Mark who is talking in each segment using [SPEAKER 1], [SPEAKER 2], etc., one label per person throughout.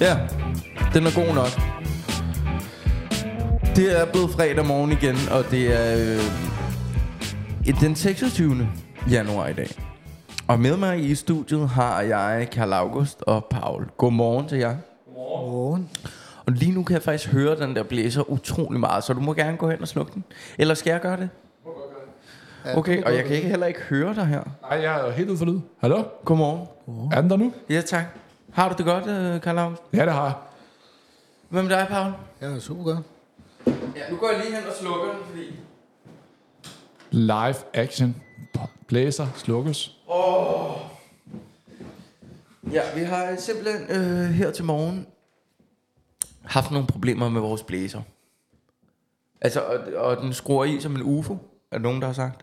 [SPEAKER 1] Ja, den er god nok. Det er blevet fredag morgen igen, og det er øh, den 26. januar i dag. Og med mig i studiet har jeg Karl August og Paul. Godmorgen til jer.
[SPEAKER 2] Godmorgen.
[SPEAKER 1] Og lige nu kan jeg faktisk høre, den der blæser utrolig meget, så du må gerne gå hen og slukke den. Eller skal jeg gøre det? Okay, og jeg kan ikke heller ikke høre dig her.
[SPEAKER 3] Nej, jeg er helt uden for lyd. Hallo?
[SPEAKER 1] Godmorgen.
[SPEAKER 3] Er den der nu?
[SPEAKER 1] Ja, tak. Har du det godt, øh, Karl August?
[SPEAKER 3] Ja, det har jeg.
[SPEAKER 1] Hvem er dig, Paul?
[SPEAKER 2] Jeg er super godt.
[SPEAKER 1] Ja, nu går jeg lige hen og slukker den, fordi...
[SPEAKER 3] Live action. Blæser slukkes.
[SPEAKER 1] Ja, vi har simpelthen øh, her til morgen haft nogle problemer med vores blæser. Altså, og, og den skruer i som en ufo, er der nogen, der har sagt.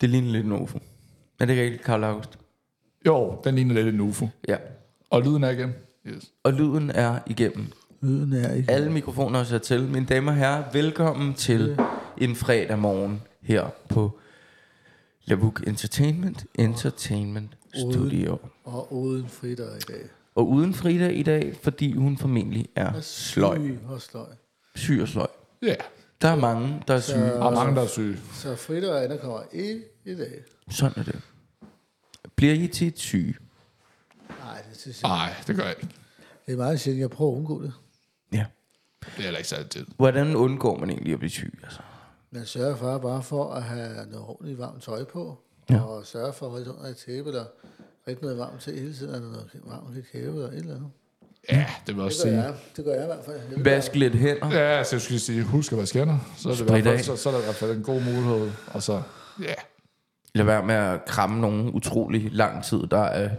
[SPEAKER 1] Det ligner lidt en ufo. Er det ikke rigtigt, Karl August?
[SPEAKER 3] Jo, den ligner lidt en ufo.
[SPEAKER 1] Ja.
[SPEAKER 3] Og lyden er igen. Yes.
[SPEAKER 1] Og lyden er igennem.
[SPEAKER 2] Lyden er ikke.
[SPEAKER 1] Alle mikrofoner er sat til. Mine damer og herrer, velkommen til en fredag morgen her på Labuk Entertainment Entertainment Studio.
[SPEAKER 2] Og uden fritter i dag.
[SPEAKER 1] Og uden Frida i dag, fordi hun formentlig er sløj.
[SPEAKER 2] Syg Og sløj.
[SPEAKER 1] Syg og sløj.
[SPEAKER 3] Ja, yeah.
[SPEAKER 1] Der er mange, der er syge.
[SPEAKER 3] der er mange, der er syge.
[SPEAKER 2] Så fritter og Anna kommer ikke i dag.
[SPEAKER 1] Sådan er det. Bliver I tit syge?
[SPEAKER 2] Nej, det synes jeg.
[SPEAKER 3] Nej, det gør jeg ikke.
[SPEAKER 2] Det er meget sjældent, jeg prøver at undgå det.
[SPEAKER 1] Ja.
[SPEAKER 3] Det er heller ikke særlig tid.
[SPEAKER 1] Hvordan undgår man egentlig at blive syg? Altså?
[SPEAKER 2] Man sørger for bare for at have noget ordentligt varmt tøj på. Og sørger for at holde det under et tæppe, eller rigtig noget varmt til hele tiden, eller noget varmt i kæve, eller et eller andet.
[SPEAKER 3] Ja, det vil jeg også
[SPEAKER 2] Det gør
[SPEAKER 3] sige.
[SPEAKER 2] jeg, det gør jeg i hvert fald. Jeg ved,
[SPEAKER 1] Vask lidt hænder.
[SPEAKER 3] Ja, så jeg skulle sige, husk at vaske hænder. Så er, det i
[SPEAKER 1] Sprit
[SPEAKER 3] hvert fald,
[SPEAKER 1] af.
[SPEAKER 3] så, så er der i hvert fald en god mulighed. Og så, ja. Yeah.
[SPEAKER 1] Lad være med at kramme nogen utrolig lang tid, der er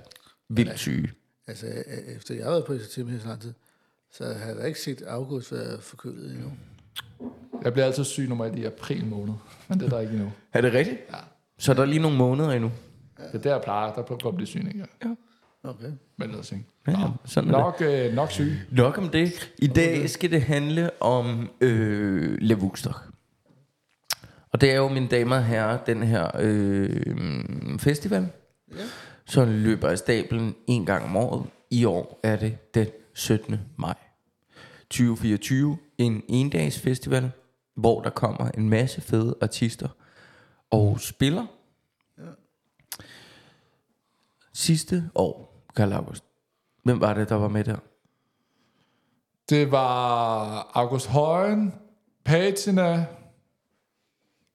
[SPEAKER 1] vildt syge.
[SPEAKER 2] Altså, øh, efter jeg har været på Isotime i så lang tid, så har jeg da ikke set August være forkølet endnu.
[SPEAKER 3] Jeg bliver altid syg nummer et i april måned. Men det er der ikke endnu.
[SPEAKER 1] Er det rigtigt? Ja. Så er der lige nogle måneder endnu.
[SPEAKER 3] Det er der, jeg plejer. Der plejer at blive syg en gang.
[SPEAKER 2] Okay.
[SPEAKER 3] Men ellers ikke.
[SPEAKER 1] Ja, sådan er det.
[SPEAKER 3] Nok, øh, nok syge.
[SPEAKER 1] Nok om det. I dag skal det handle om øh, Levukstok. Og det er jo, mine damer og herrer, den her øh, festival,
[SPEAKER 2] Ja.
[SPEAKER 1] som løber af stablen en gang om året. I år er det den 17. maj 2024. En endags festival, hvor der kommer en masse fede artister og spiller. Sidste år, Karl August. Hvem var det, der var med der?
[SPEAKER 3] Det var August Højen, Patina,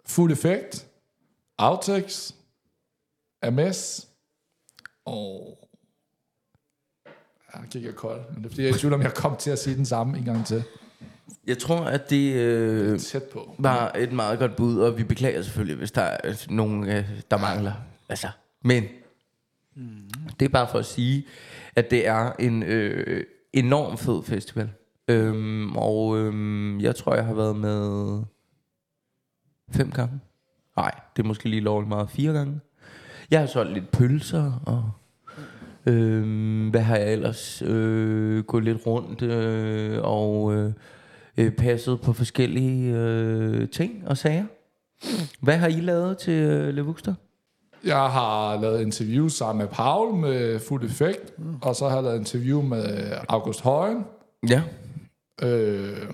[SPEAKER 3] Full Effect, Autex, MS og... Ja, Jeg gik jeg kold, men det er fordi, jeg er i tvivl om, jeg kom til at sige den samme en gang til.
[SPEAKER 1] Jeg tror, at det øh,
[SPEAKER 3] Tæt på.
[SPEAKER 1] var et meget godt bud, og vi beklager selvfølgelig, hvis der er øh, nogen, øh, der mangler. Altså, men det er bare for at sige, at det er en øh, enorm fed festival. Øhm, og øhm, jeg tror, jeg har været med fem gange. Nej, det er måske lige lovligt meget fire gange. Jeg har solgt lidt pølser, og øhm, hvad har jeg ellers? Øh, gået lidt rundt øh, og øh, øh, passet på forskellige øh, ting og sager. Hvad har I lavet til øh, Levuxter?
[SPEAKER 3] Jeg har lavet interview sammen med Paul med Full Effect, og så har jeg lavet interview med August Højen.
[SPEAKER 1] Ja.
[SPEAKER 3] Øh,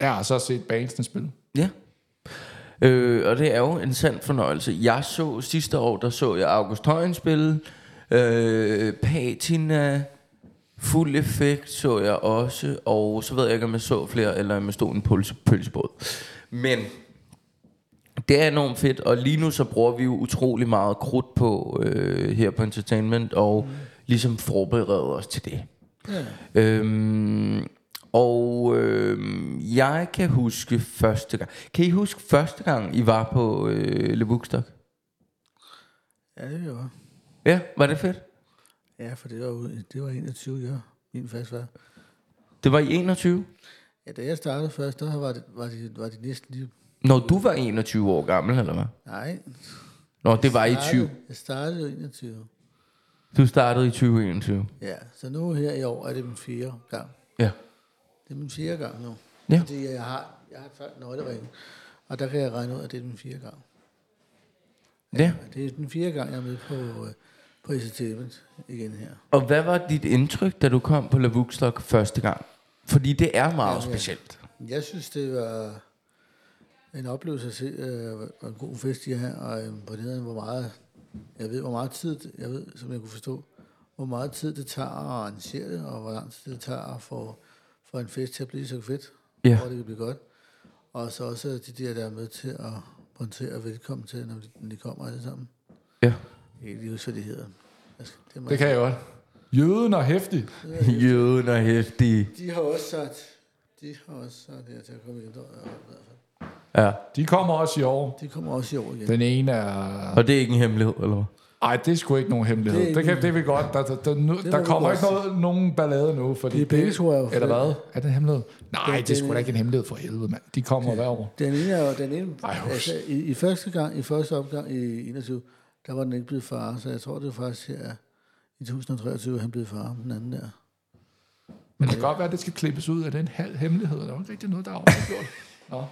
[SPEAKER 3] ja, og så har jeg set bandsene spille.
[SPEAKER 1] Ja. Øh, og det er jo en sand fornøjelse. Jeg så sidste år, der så jeg August Højen spille. Øh, Patina, Fuld Effekt så jeg også. Og så ved jeg ikke, om jeg så flere, eller om jeg stod i en pølse, pølsebåd. Men det er enormt fedt, og lige nu så bruger vi jo utrolig meget krudt på øh, her på Entertainment, og mm. ligesom forbereder os til det.
[SPEAKER 2] Ja.
[SPEAKER 1] Øhm, og øhm, jeg kan huske første gang. Kan I huske første gang, I var på øh, Le Bookstock?
[SPEAKER 2] Ja, det gjorde jeg.
[SPEAKER 1] Ja, var det fedt?
[SPEAKER 2] Ja, for det var, ude- det var 21, ja. Min fast var.
[SPEAKER 1] Det var i 21.
[SPEAKER 2] Ja, da jeg startede først, der var det, var det, var det næsten lige...
[SPEAKER 1] Når du var 21 år gammel, eller hvad?
[SPEAKER 2] Nej.
[SPEAKER 1] Nå, det var i
[SPEAKER 2] jeg
[SPEAKER 1] 20.
[SPEAKER 2] startede- Jeg startede jo 21.
[SPEAKER 1] Du startede i 2021.
[SPEAKER 2] Ja, så nu her i år er det min fjerde gang.
[SPEAKER 1] Ja.
[SPEAKER 2] Det er min fjerde gang nu.
[SPEAKER 1] Ja.
[SPEAKER 2] Fordi jeg har, jeg har faktisk nøgleringen. Og der kan jeg regne ud, at det er den fjerde gang.
[SPEAKER 1] Ja.
[SPEAKER 2] Det er den fjerde gang, jeg er med på øh, på Isotepet igen her.
[SPEAKER 1] Og hvad var dit indtryk, da du kom på Lavugstock første gang? Fordi det er meget ja, specielt.
[SPEAKER 2] Jeg synes, det var en oplevelse at se, øh, hvor en god fest de her, og imponerende, hvor meget, jeg ved, hvor meget tid, det- jeg ved, som jeg kunne forstå, hvor meget tid det tager at arrangere det, og hvor lang tid det tager at få, få en fest til at blive så fedt,
[SPEAKER 1] Ja.
[SPEAKER 2] hvor det kan blive godt. Og så også de der, der er med til at montere velkommen til, når de, når de kommer alle sammen.
[SPEAKER 1] Ja.
[SPEAKER 2] Helt i hvad de hedder. Jeg skal- Det, må
[SPEAKER 3] Det
[SPEAKER 2] jeg-
[SPEAKER 3] kan jeg godt. Jøden og hæftig.
[SPEAKER 1] Jøden er hæftig.
[SPEAKER 2] De har også sagt, de har også sagt, ja, til at komme igen.
[SPEAKER 1] Ja.
[SPEAKER 3] De kommer også i år.
[SPEAKER 2] De kommer også i år igen.
[SPEAKER 3] Den ene er...
[SPEAKER 1] Og det er ikke en hemmelighed, eller hvad?
[SPEAKER 3] Ej, det er sgu ikke nogen hemmelighed.
[SPEAKER 2] Det er
[SPEAKER 3] Det,
[SPEAKER 2] ikke
[SPEAKER 3] det, kan, det er vi godt. Der, der, der, der,
[SPEAKER 2] vi
[SPEAKER 3] der kommer
[SPEAKER 2] godt
[SPEAKER 3] ikke noget, nogen ballade nu. Fordi
[SPEAKER 2] Det er begge to er jo
[SPEAKER 3] Eller hvad? Er det en hemmelighed?
[SPEAKER 2] Det
[SPEAKER 3] Nej,
[SPEAKER 2] er
[SPEAKER 3] det er sgu
[SPEAKER 2] det-
[SPEAKER 3] da ikke en hemmelighed for helvede, mand. De kommer hver år.
[SPEAKER 2] Den ene er jo, den ene,
[SPEAKER 3] Ej, hvor-
[SPEAKER 2] altså, i, i, første gang, i første opgang i 21, der var den ikke blevet far, så jeg tror, det var faktisk her i 2023, han blev far, den anden der.
[SPEAKER 3] Men det kan godt være, at det skal klippes ud af den halv hemmelighed. Der er jo ikke rigtig noget, der er overgjort. Nå,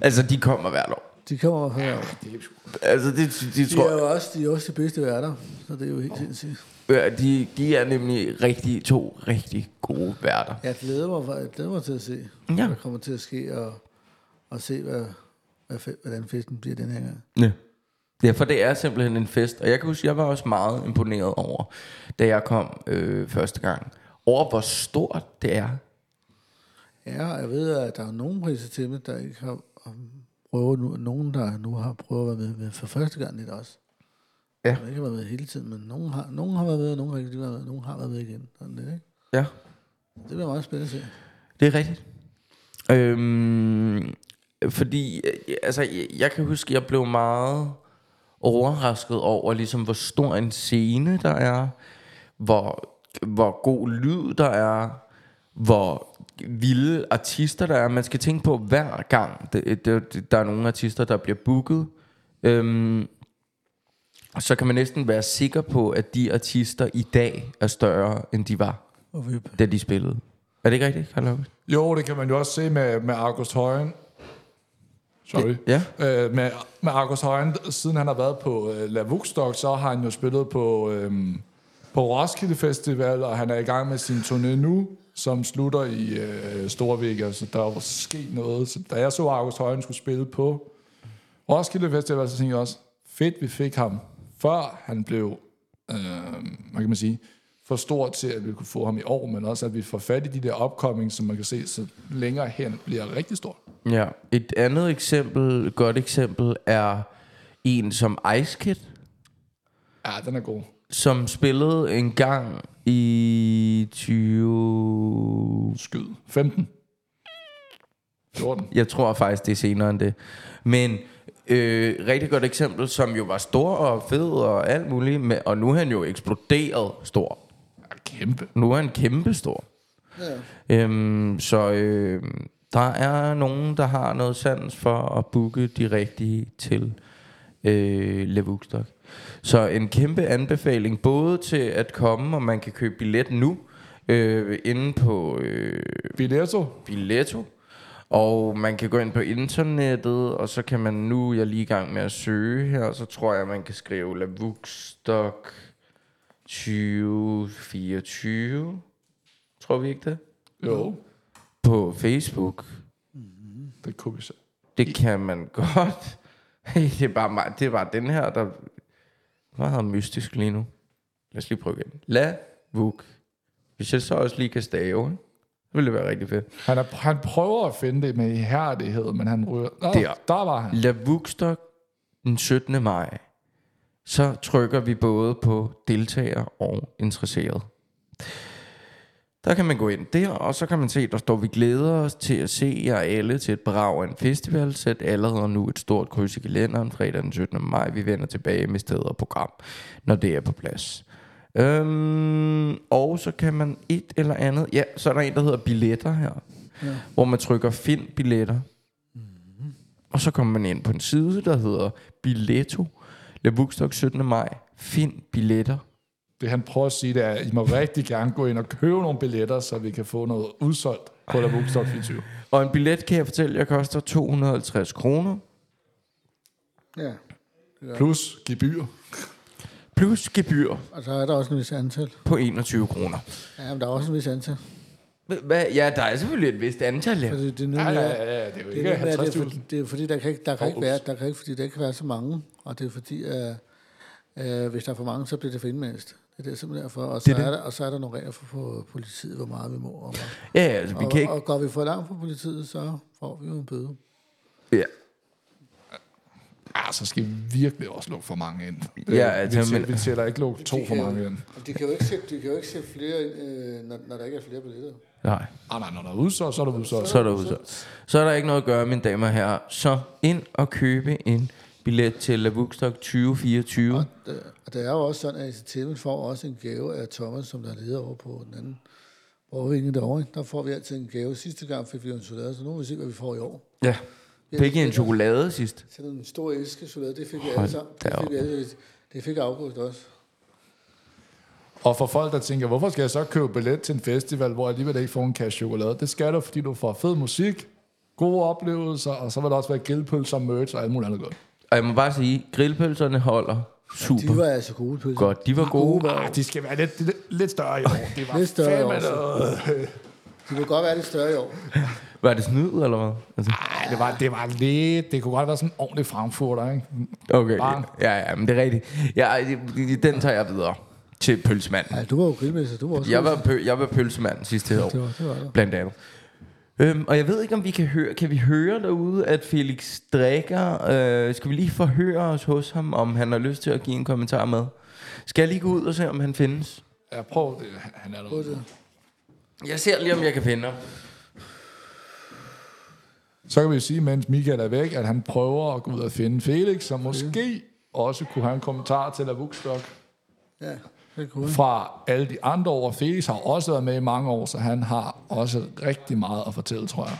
[SPEAKER 1] Altså, de kommer hvert år.
[SPEAKER 2] De kommer fra her.
[SPEAKER 3] det er sgu
[SPEAKER 1] Altså, det, de,
[SPEAKER 2] De
[SPEAKER 1] tror,
[SPEAKER 2] er jo også de, er også de bedste værter, så det er jo helt sindssygt.
[SPEAKER 1] ja. Øh, de, de er nemlig rigtig, to rigtig gode værter.
[SPEAKER 2] Jeg glæder mig, for- jeg glæder mig til at se,
[SPEAKER 1] Ja.
[SPEAKER 2] hvad der kommer til at ske, og, og se, hvad, hvad, fe- hvordan festen bliver den her gang.
[SPEAKER 1] Ja. Ja, for det er simpelthen en fest. Og jeg kan huske, jeg var også meget imponeret over, da jeg kom øh, første gang. Over hvor stort det er.
[SPEAKER 2] Ja, og jeg ved, at der er nogle priser til mig, der ikke har um, prøvet nu. Nogen, der nu har prøvet at være med, med for første gang lidt også.
[SPEAKER 1] Ja.
[SPEAKER 2] Som ikke har været med hele tiden, men nogen har, nogen har været med, og nogen har ikke været med, nogen har været med igen. Sådan lidt, ikke?
[SPEAKER 1] Ja,
[SPEAKER 2] Det bliver meget spændende at se.
[SPEAKER 1] det er rigtigt. Øhm, fordi, øh, altså, jeg, jeg kan huske, jeg blev meget overrasket over, ligesom, hvor stor en scene der er. Hvor, hvor god lyd der er. Hvor vilde artister der er. Man skal tænke på hver gang, det, det, der er nogle artister, der bliver booket. Øhm, så kan man næsten være sikker på, at de artister i dag er større, end de var,
[SPEAKER 2] Og vip.
[SPEAKER 1] da de spillede. Er det ikke rigtigt, Karl August?
[SPEAKER 3] Jo, det kan man jo også se med, med August Højen. Sorry.
[SPEAKER 1] Ja.
[SPEAKER 3] Øh, med, med August Højen, siden han har været på øh, La Vugstock, så har han jo spillet på, øh, på Roskilde Festival, og han er i gang med sin turné nu, som slutter i øh, Storvika, så der er jo sket noget. Så da jeg så August Højen skulle spille på Roskilde Festival, så tænkte jeg også, fedt vi fik ham, før han blev, øh, hvad kan man sige, for stor til, at vi kunne få ham i år, men også at vi får fat i de der opkomming, som man kan se, så længere hen bliver rigtig stor.
[SPEAKER 1] Ja. Et andet eksempel, et godt eksempel, er en som Ice Kid,
[SPEAKER 3] Ja, den er god.
[SPEAKER 1] som spillede en gang i 20...
[SPEAKER 3] Skyd. 15. 14.
[SPEAKER 1] Jeg tror faktisk, det er senere end det. Men øh, rigtig godt eksempel, som jo var stor og fed og alt muligt, med, og nu er han jo eksploderet stor.
[SPEAKER 3] Ja, kæmpe.
[SPEAKER 1] Nu er han kæmpestor.
[SPEAKER 2] Ja.
[SPEAKER 1] Øhm, så øh, der er nogen, der har noget sans for at booke de rigtige til øh, Levugstock. Så en kæmpe anbefaling, både til at komme, og man kan købe billet nu, øh, inde på øh,
[SPEAKER 3] Billetto.
[SPEAKER 1] Billetto, og man kan gå ind på internettet, og så kan man nu, jeg er lige i gang med at søge her, så tror jeg, man kan skrive Lavugstock 2024. Tror vi ikke det?
[SPEAKER 3] Jo,
[SPEAKER 1] På Facebook.
[SPEAKER 3] det kunne vi se.
[SPEAKER 1] Det kan man godt. det, er bare mig. det er bare den her, der meget mystisk lige nu. Lad os lige prøve igen. La Vuk. Hvis jeg så også lige kan stave, ikke? så ville det være rigtig fedt.
[SPEAKER 3] Han, er, han prøver at finde det med ihærdighed, men han ryger... Nå,
[SPEAKER 1] Der.
[SPEAKER 3] der. der var han.
[SPEAKER 1] La Vukstok den 17. maj. Så trykker vi både på deltager og interesseret. Der kan man gå ind der, og så kan man se, der står, vi glæder os til at se jer alle til et brag af en festival. Sæt allerede nu et stort kryds i kalenderen fredag den 17. maj. Vi vender tilbage med sted og program, når det er på plads. Øhm, og så kan man et eller andet... Ja, så er der en, der hedder billetter her. Ja. Hvor man trykker find billetter. Og så kommer man ind på en side, der hedder Billetto. Lavugstock 17. maj. Find billetter.
[SPEAKER 3] Det han prøver at sige, det er, at I må rigtig gerne gå ind og købe nogle billetter, så vi kan få noget udsolgt på La Bookstock 24.
[SPEAKER 1] Og en billet, kan jeg fortælle jer, koster 250 kroner.
[SPEAKER 2] ja.
[SPEAKER 3] Plus gebyr.
[SPEAKER 1] plus gebyr
[SPEAKER 2] Og så er der også en vis antal.
[SPEAKER 1] på 21 kroner.
[SPEAKER 2] Ja, men der er også en vis antal.
[SPEAKER 1] Hvad? Ja, der er selvfølgelig et vist antal. Ja.
[SPEAKER 2] Altså, det er noget,
[SPEAKER 3] Ja,
[SPEAKER 2] med,
[SPEAKER 3] ja,
[SPEAKER 2] at-
[SPEAKER 3] ja, ja, det er jo
[SPEAKER 2] det er
[SPEAKER 3] ikke
[SPEAKER 2] noget med, at det, er,
[SPEAKER 3] 50.000.
[SPEAKER 2] for, det er fordi, der kan ikke, der kan
[SPEAKER 3] Åh,
[SPEAKER 2] ikke være,
[SPEAKER 3] ups.
[SPEAKER 2] der kan ikke, fordi der ikke kan være så mange. Og det er fordi, at øh, hvis der er for mange, så bliver det for indmæst. Det er det simpelthen derfor. Og så,
[SPEAKER 1] Det er
[SPEAKER 2] er,
[SPEAKER 1] det.
[SPEAKER 2] der, og så er der nogle regler for, for politiet, hvor meget vi må. Og, hvor-
[SPEAKER 1] Ja, altså, vi
[SPEAKER 2] og,
[SPEAKER 1] kan ikke...
[SPEAKER 2] og går vi for langt fra politiet, så får vi jo en bøde.
[SPEAKER 1] Ja.
[SPEAKER 3] Ja, så skal vi virkelig også lukke for mange ind.
[SPEAKER 1] Ja,
[SPEAKER 3] Øh,
[SPEAKER 1] altså,
[SPEAKER 3] vi, tæller,
[SPEAKER 1] men-
[SPEAKER 3] vi tæller ikke lukke to for mange ind.
[SPEAKER 2] De kan jo ikke sætte, de kan jo ikke sætte flere, øh, når, når, der ikke er flere billetter.
[SPEAKER 1] Nej.
[SPEAKER 3] Ah, nej, når der er udsolgt, så er der udsolgt.
[SPEAKER 1] Så er der udsolgt. Så er der ikke noget at gøre, mine damer og herrer. Så ind og købe en billet til Lavugstock 2024.
[SPEAKER 2] Og, det, og det er jo også sådan, at Entertainment får også en gave af Thomas, som der er leder over på den anden borgervinge derovre. ikke? Der får vi altid en gave. Sidste gang fik vi en chokolade, så nu må vi se, hvad vi får i år.
[SPEAKER 1] Ja. Fik I en chokolade sidst?
[SPEAKER 2] Så en stor æske chokolade, det fik vi
[SPEAKER 1] Hold
[SPEAKER 2] alle sammen. Det
[SPEAKER 1] da op.
[SPEAKER 2] fik, vi alle, det fik August også.
[SPEAKER 3] Og for folk, der tænker, hvorfor skal jeg så købe billet til en festival, hvor jeg alligevel ikke får en kasse chokolade? Det skal du, fordi du får fed musik, gode oplevelser, og så vil der også være grillpølser, merch og alt muligt andet godt.
[SPEAKER 1] Og jeg må bare sige, grillpølserne holder
[SPEAKER 2] De
[SPEAKER 1] super
[SPEAKER 2] var altså gode pølser.
[SPEAKER 1] godt. De var gode.
[SPEAKER 3] Ah, de skal være lidt, lidt, lidt større i år. Det var
[SPEAKER 2] Lidt større i
[SPEAKER 3] fandme
[SPEAKER 2] år, så.
[SPEAKER 3] noget.
[SPEAKER 2] De kunne godt være lidt større i år.
[SPEAKER 1] Var det snyd, eller hvad? Altså,
[SPEAKER 3] Ej, det var, det var lidt... Det kunne godt være sådan en ordentlig Frankfurter, ikke?
[SPEAKER 1] okay.
[SPEAKER 3] Bang.
[SPEAKER 1] Ja, ja, men det er rigtigt. Ja, den tager jeg videre til pølsemanden.
[SPEAKER 2] Ja, du var jo grillmester, du var også
[SPEAKER 1] Jeg var, pø- jeg var pølsemand sidste år.
[SPEAKER 2] Det var- det var du.
[SPEAKER 1] Blandt andet. Øhm, og jeg ved ikke, om vi kan høre, kan vi høre derude, at Felix drikker. Øh, skal vi lige forhøre os hos ham, om han har lyst til at give en kommentar med? Skal jeg lige gå ud og se, om han findes?
[SPEAKER 3] Jeg prøver det. Han er
[SPEAKER 2] grillmester.
[SPEAKER 3] noget.
[SPEAKER 1] Jeg ser lige, om jeg kan finde ham.
[SPEAKER 3] Så kan vi sige, mens Michael er væk, at han prøver at gå ud og finde Felix, som måske også kunne have en kommentar til Lavukstok
[SPEAKER 2] Ja, det kunne jeg.
[SPEAKER 3] fra alle de andre år. Felix har også været med i mange år, så han har også rigtig meget at fortælle, tror jeg.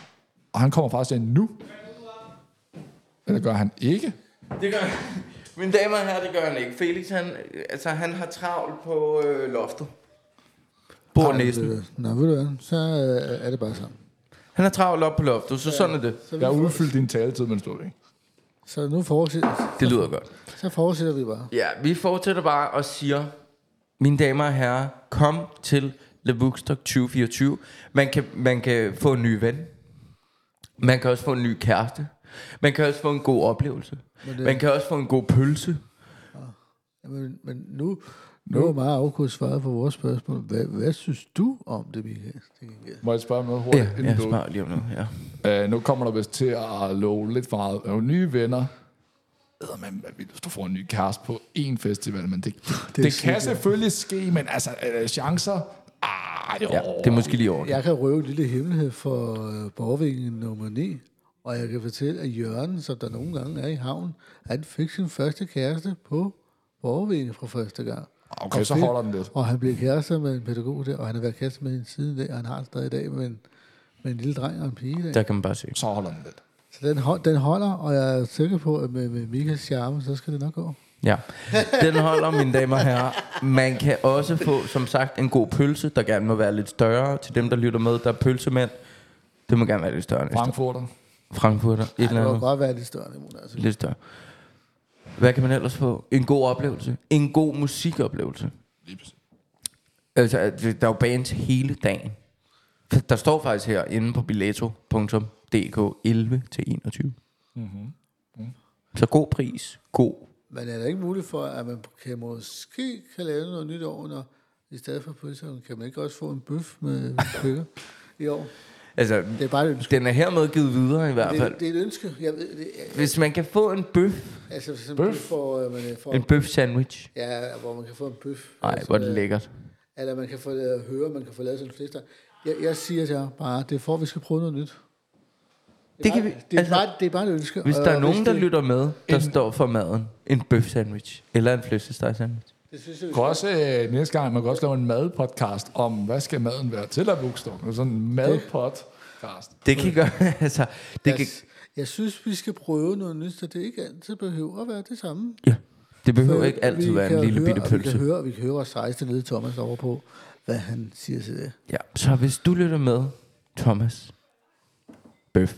[SPEAKER 3] Og han kommer faktisk ind nu. Eller gør han ikke?
[SPEAKER 1] Det gør Mine damer og herrer, det gør han ikke. Felix, han, øh, altså, han har travlt på øh, loftet. Bor næsten.
[SPEAKER 2] Øh, Nå, ved du hvad, så øh, er det bare sammen.
[SPEAKER 1] Han har travlt op på loftet, så sådan er det.
[SPEAKER 2] Så, vi,
[SPEAKER 3] Jeg har udfyldt din taletid, mens du er væk.
[SPEAKER 2] så nu fortsætter,
[SPEAKER 1] Det lyder godt.
[SPEAKER 2] så fortsætter vi bare.
[SPEAKER 1] Ja, vi fortsætter bare og siger, mine damer og herrer, kom til Le Bookstock 2024. Man kan, man kan få en ny ven. Man kan også få en ny kæreste. Man kan også få en god oplevelse.
[SPEAKER 2] det-
[SPEAKER 1] Man kan også få en god pølse.
[SPEAKER 2] Men, men nu, nu er meget afkort svaret på vores spørgsmål. Hvad, hvad synes du om det, Michael? Det gik jeg.
[SPEAKER 3] Må jeg spørge om noget
[SPEAKER 1] Ja,
[SPEAKER 3] hurtigt?
[SPEAKER 1] ja
[SPEAKER 3] inden du-
[SPEAKER 1] smart lige om nu. Ja.
[SPEAKER 3] Øh, nu kommer der vist til at love lidt for meget øh, nye venner. Men hvad vil du, hvis du får en ny kæreste på én festival? Men det, det, det kan
[SPEAKER 2] sikkert.
[SPEAKER 3] selvfølgelig ske, men altså, øh, chancer? Ah, jo.
[SPEAKER 1] ja, det er måske lige over.
[SPEAKER 2] jeg kan røve en lille hemmelighed for øh, Borgvingen nummer 9. Og jeg kan fortælle, at Jørgen, som der nogle gange er i havn, han fik sin første kæreste på Borgvingen fra første gang.
[SPEAKER 3] Okay,
[SPEAKER 2] Og
[SPEAKER 3] så
[SPEAKER 2] fedt.
[SPEAKER 3] holder den lidt.
[SPEAKER 2] Og han blev kærester med en pædagog der, og han har været kærester med hende siden der, og han har det stadig i dag med en, med en lille dreng og en pige i dag.
[SPEAKER 1] Der kan man bare se.
[SPEAKER 3] Så holder den lidt.
[SPEAKER 2] Så den, hold, den holder, og jeg er sikker på, at med, med Michaels charme, så skal det nok gå.
[SPEAKER 1] Ja. Den holder, mine damer og herrer. Man kan også få, som sagt, en god pølse, der gerne må være lidt større. Til dem, der lytter med, der er pølsemænd. Det må gerne være lidt større. Frank-
[SPEAKER 3] Frankfurter.
[SPEAKER 1] Frankfurter. Et
[SPEAKER 2] Ej,
[SPEAKER 1] eller
[SPEAKER 2] det
[SPEAKER 1] andet.
[SPEAKER 2] må godt være lidt større, det må det altså.
[SPEAKER 1] lidt større. Hvad kan man ellers få? En god oplevelse. En god musikoplevelse.
[SPEAKER 3] Lige præcis.
[SPEAKER 1] Altså, at der er jo bands hele dagen. Der står faktisk her inde på billetto.dk 11 til 21. Mm-hmm. Mm. Så god pris, god.
[SPEAKER 2] Men er der ikke muligt for, at man kan måske kan lave noget nyt år, når i stedet for pølser, kan man ikke også få en bøf med køkker i år?
[SPEAKER 1] Altså,
[SPEAKER 2] Det er bare et ønske.
[SPEAKER 1] den er hermed givet videre i hvert
[SPEAKER 2] Det, er-
[SPEAKER 1] fald.
[SPEAKER 2] det er et ønske. Jeg ved, det, er-
[SPEAKER 1] Hvis man kan få en bøf,
[SPEAKER 2] altså, sådan en
[SPEAKER 3] Bøf?
[SPEAKER 2] bøf, hvor øh, man øh, får,
[SPEAKER 1] en bøf sandwich.
[SPEAKER 2] ja, hvor man kan få en bøf.
[SPEAKER 1] Nej,
[SPEAKER 2] Altså,
[SPEAKER 1] hvor er det
[SPEAKER 2] øh,
[SPEAKER 1] lækkert.
[SPEAKER 2] Eller man kan få det at høre, man kan få lavet sådan en flister. Jeg, jeg siger til jer bare, det er for, at vi skal prøve noget nyt. Det,
[SPEAKER 1] Det
[SPEAKER 2] er bare,
[SPEAKER 1] kan vi-
[SPEAKER 2] det, er
[SPEAKER 1] altså,
[SPEAKER 2] bare, det er bare et ønske.
[SPEAKER 1] Hvis
[SPEAKER 2] og
[SPEAKER 1] der er nogen,
[SPEAKER 2] hvis
[SPEAKER 1] der
[SPEAKER 2] det-
[SPEAKER 1] lytter med, der står for maden, en bøf sandwich eller en flæskesteg sandwich.
[SPEAKER 2] Det synes jeg, vi
[SPEAKER 3] Du kan
[SPEAKER 2] skal.
[SPEAKER 3] også, øh, næste gang, man kan også lave en madpodcast om, hvad skal maden være til Lavukstok? Sådan en madpodcast.
[SPEAKER 1] Det kan gøre, altså, det kan,
[SPEAKER 2] Jeg, jeg synes, vi skal prøve noget nyt, så det ikke altid behøver at være det samme.
[SPEAKER 1] Ja. Det behøver
[SPEAKER 2] For
[SPEAKER 1] ikke altid
[SPEAKER 2] vi
[SPEAKER 1] være en
[SPEAKER 2] kan
[SPEAKER 1] lille
[SPEAKER 2] høre,
[SPEAKER 1] bitte
[SPEAKER 2] og Vi
[SPEAKER 1] pølse.
[SPEAKER 2] kan høre, og vi kan høre vores sejeste lede Thomas over på, hvad han siger til det.
[SPEAKER 1] Ja, så hvis du lytter med, Thomas, bøf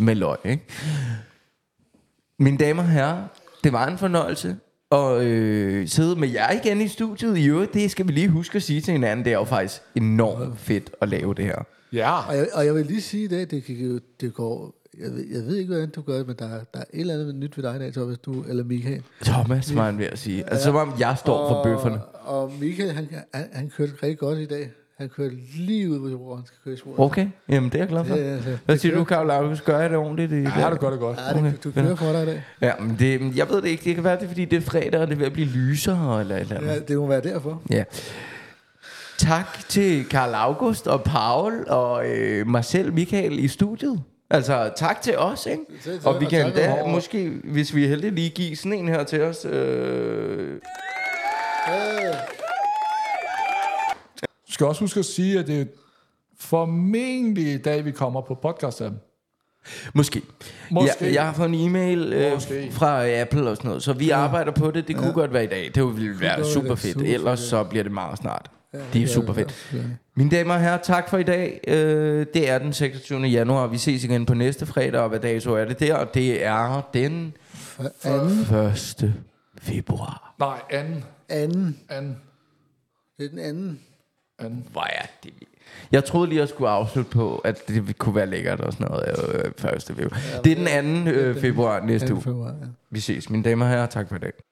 [SPEAKER 1] med løg, ikke? Mine damer og herrer, det var en fornøjelse. at øh, sidde med jer igen i studiet. I øvrigt, det skal vi lige huske at sige til hinanden. Det er jo faktisk enormt fedt at lave det her.
[SPEAKER 3] Ja.
[SPEAKER 2] Og jeg, og jeg vil lige sige i dag, det, gik jo, det går... Jeg ved, jeg ved ikke, hvordan du gør det, men der, er- der er et eller andet nyt ved dig i dag, Thomas, du eller Michael.
[SPEAKER 1] Thomas var han ved at sige. Altså, som om jeg står for bøfferne.
[SPEAKER 2] Og Michael, han, han, han kørte rigtig godt i dag. Han kørte lige ud på sporet, han skal køre i sporet.
[SPEAKER 1] Okay, jamen det er jeg glad for.
[SPEAKER 2] Ja, ja, ja.
[SPEAKER 1] Hvad siger du, Karl August? Gør jeg det ordentligt? I
[SPEAKER 3] Ja,
[SPEAKER 1] dag?
[SPEAKER 3] har du godt og godt.
[SPEAKER 2] Ja, det, du kører for dig i dag.
[SPEAKER 1] Ja, men det, men jeg ved det ikke. Det kan være, det er, fordi det er fredag, og det er ved at blive lysere eller et eller andet.
[SPEAKER 2] Ja, det må være derfor.
[SPEAKER 1] Ja. Tak til Karl August og Paul og øh, mig selv, Michael, i studiet. Altså, tak til os, ikke?
[SPEAKER 2] Selv tak,
[SPEAKER 1] Og vi
[SPEAKER 2] og
[SPEAKER 1] kan
[SPEAKER 2] tak
[SPEAKER 1] da
[SPEAKER 2] over-
[SPEAKER 1] måske, hvis vi er heldige, lige give sådan en her til os. Øh,
[SPEAKER 2] Øh.
[SPEAKER 3] Du skal også huske at sige, at det er formentlig i dag, vi kommer på podcast af.
[SPEAKER 1] Måske.
[SPEAKER 3] Måske.
[SPEAKER 1] Jeg, jeg har fået en e-mail øh,
[SPEAKER 3] Måske.
[SPEAKER 1] fra Apple og sådan noget, så vi ja. arbejder på det. Det kunne ja. godt være i dag. Det ville være
[SPEAKER 2] godt være
[SPEAKER 1] super
[SPEAKER 2] det.
[SPEAKER 1] fedt.
[SPEAKER 2] Super
[SPEAKER 1] Ellers
[SPEAKER 2] fedt.
[SPEAKER 1] så bliver det meget snart. Ja, det er super fedt.
[SPEAKER 2] Ja, ja.
[SPEAKER 1] Mine damer og herrer, tak for i dag. Øh, det er den 26. januar. Vi ses igen på næste fredag, og hvad dato er det der? Det er den
[SPEAKER 2] Anden,
[SPEAKER 1] 1. februar.
[SPEAKER 3] Nej, anden.
[SPEAKER 2] anden,
[SPEAKER 3] Anden.
[SPEAKER 2] det er den anden.
[SPEAKER 3] anden.
[SPEAKER 1] Hvor er det vildt. jeg troede lige, at jeg skulle afslutte på, at det kunne være lækkert og sådan noget. Øh, 1. februar. Det er den 2. Øh, februar næste uge.
[SPEAKER 2] Anden februar, ja.
[SPEAKER 1] Vi ses, mine damer og herrer. Tak for i dag.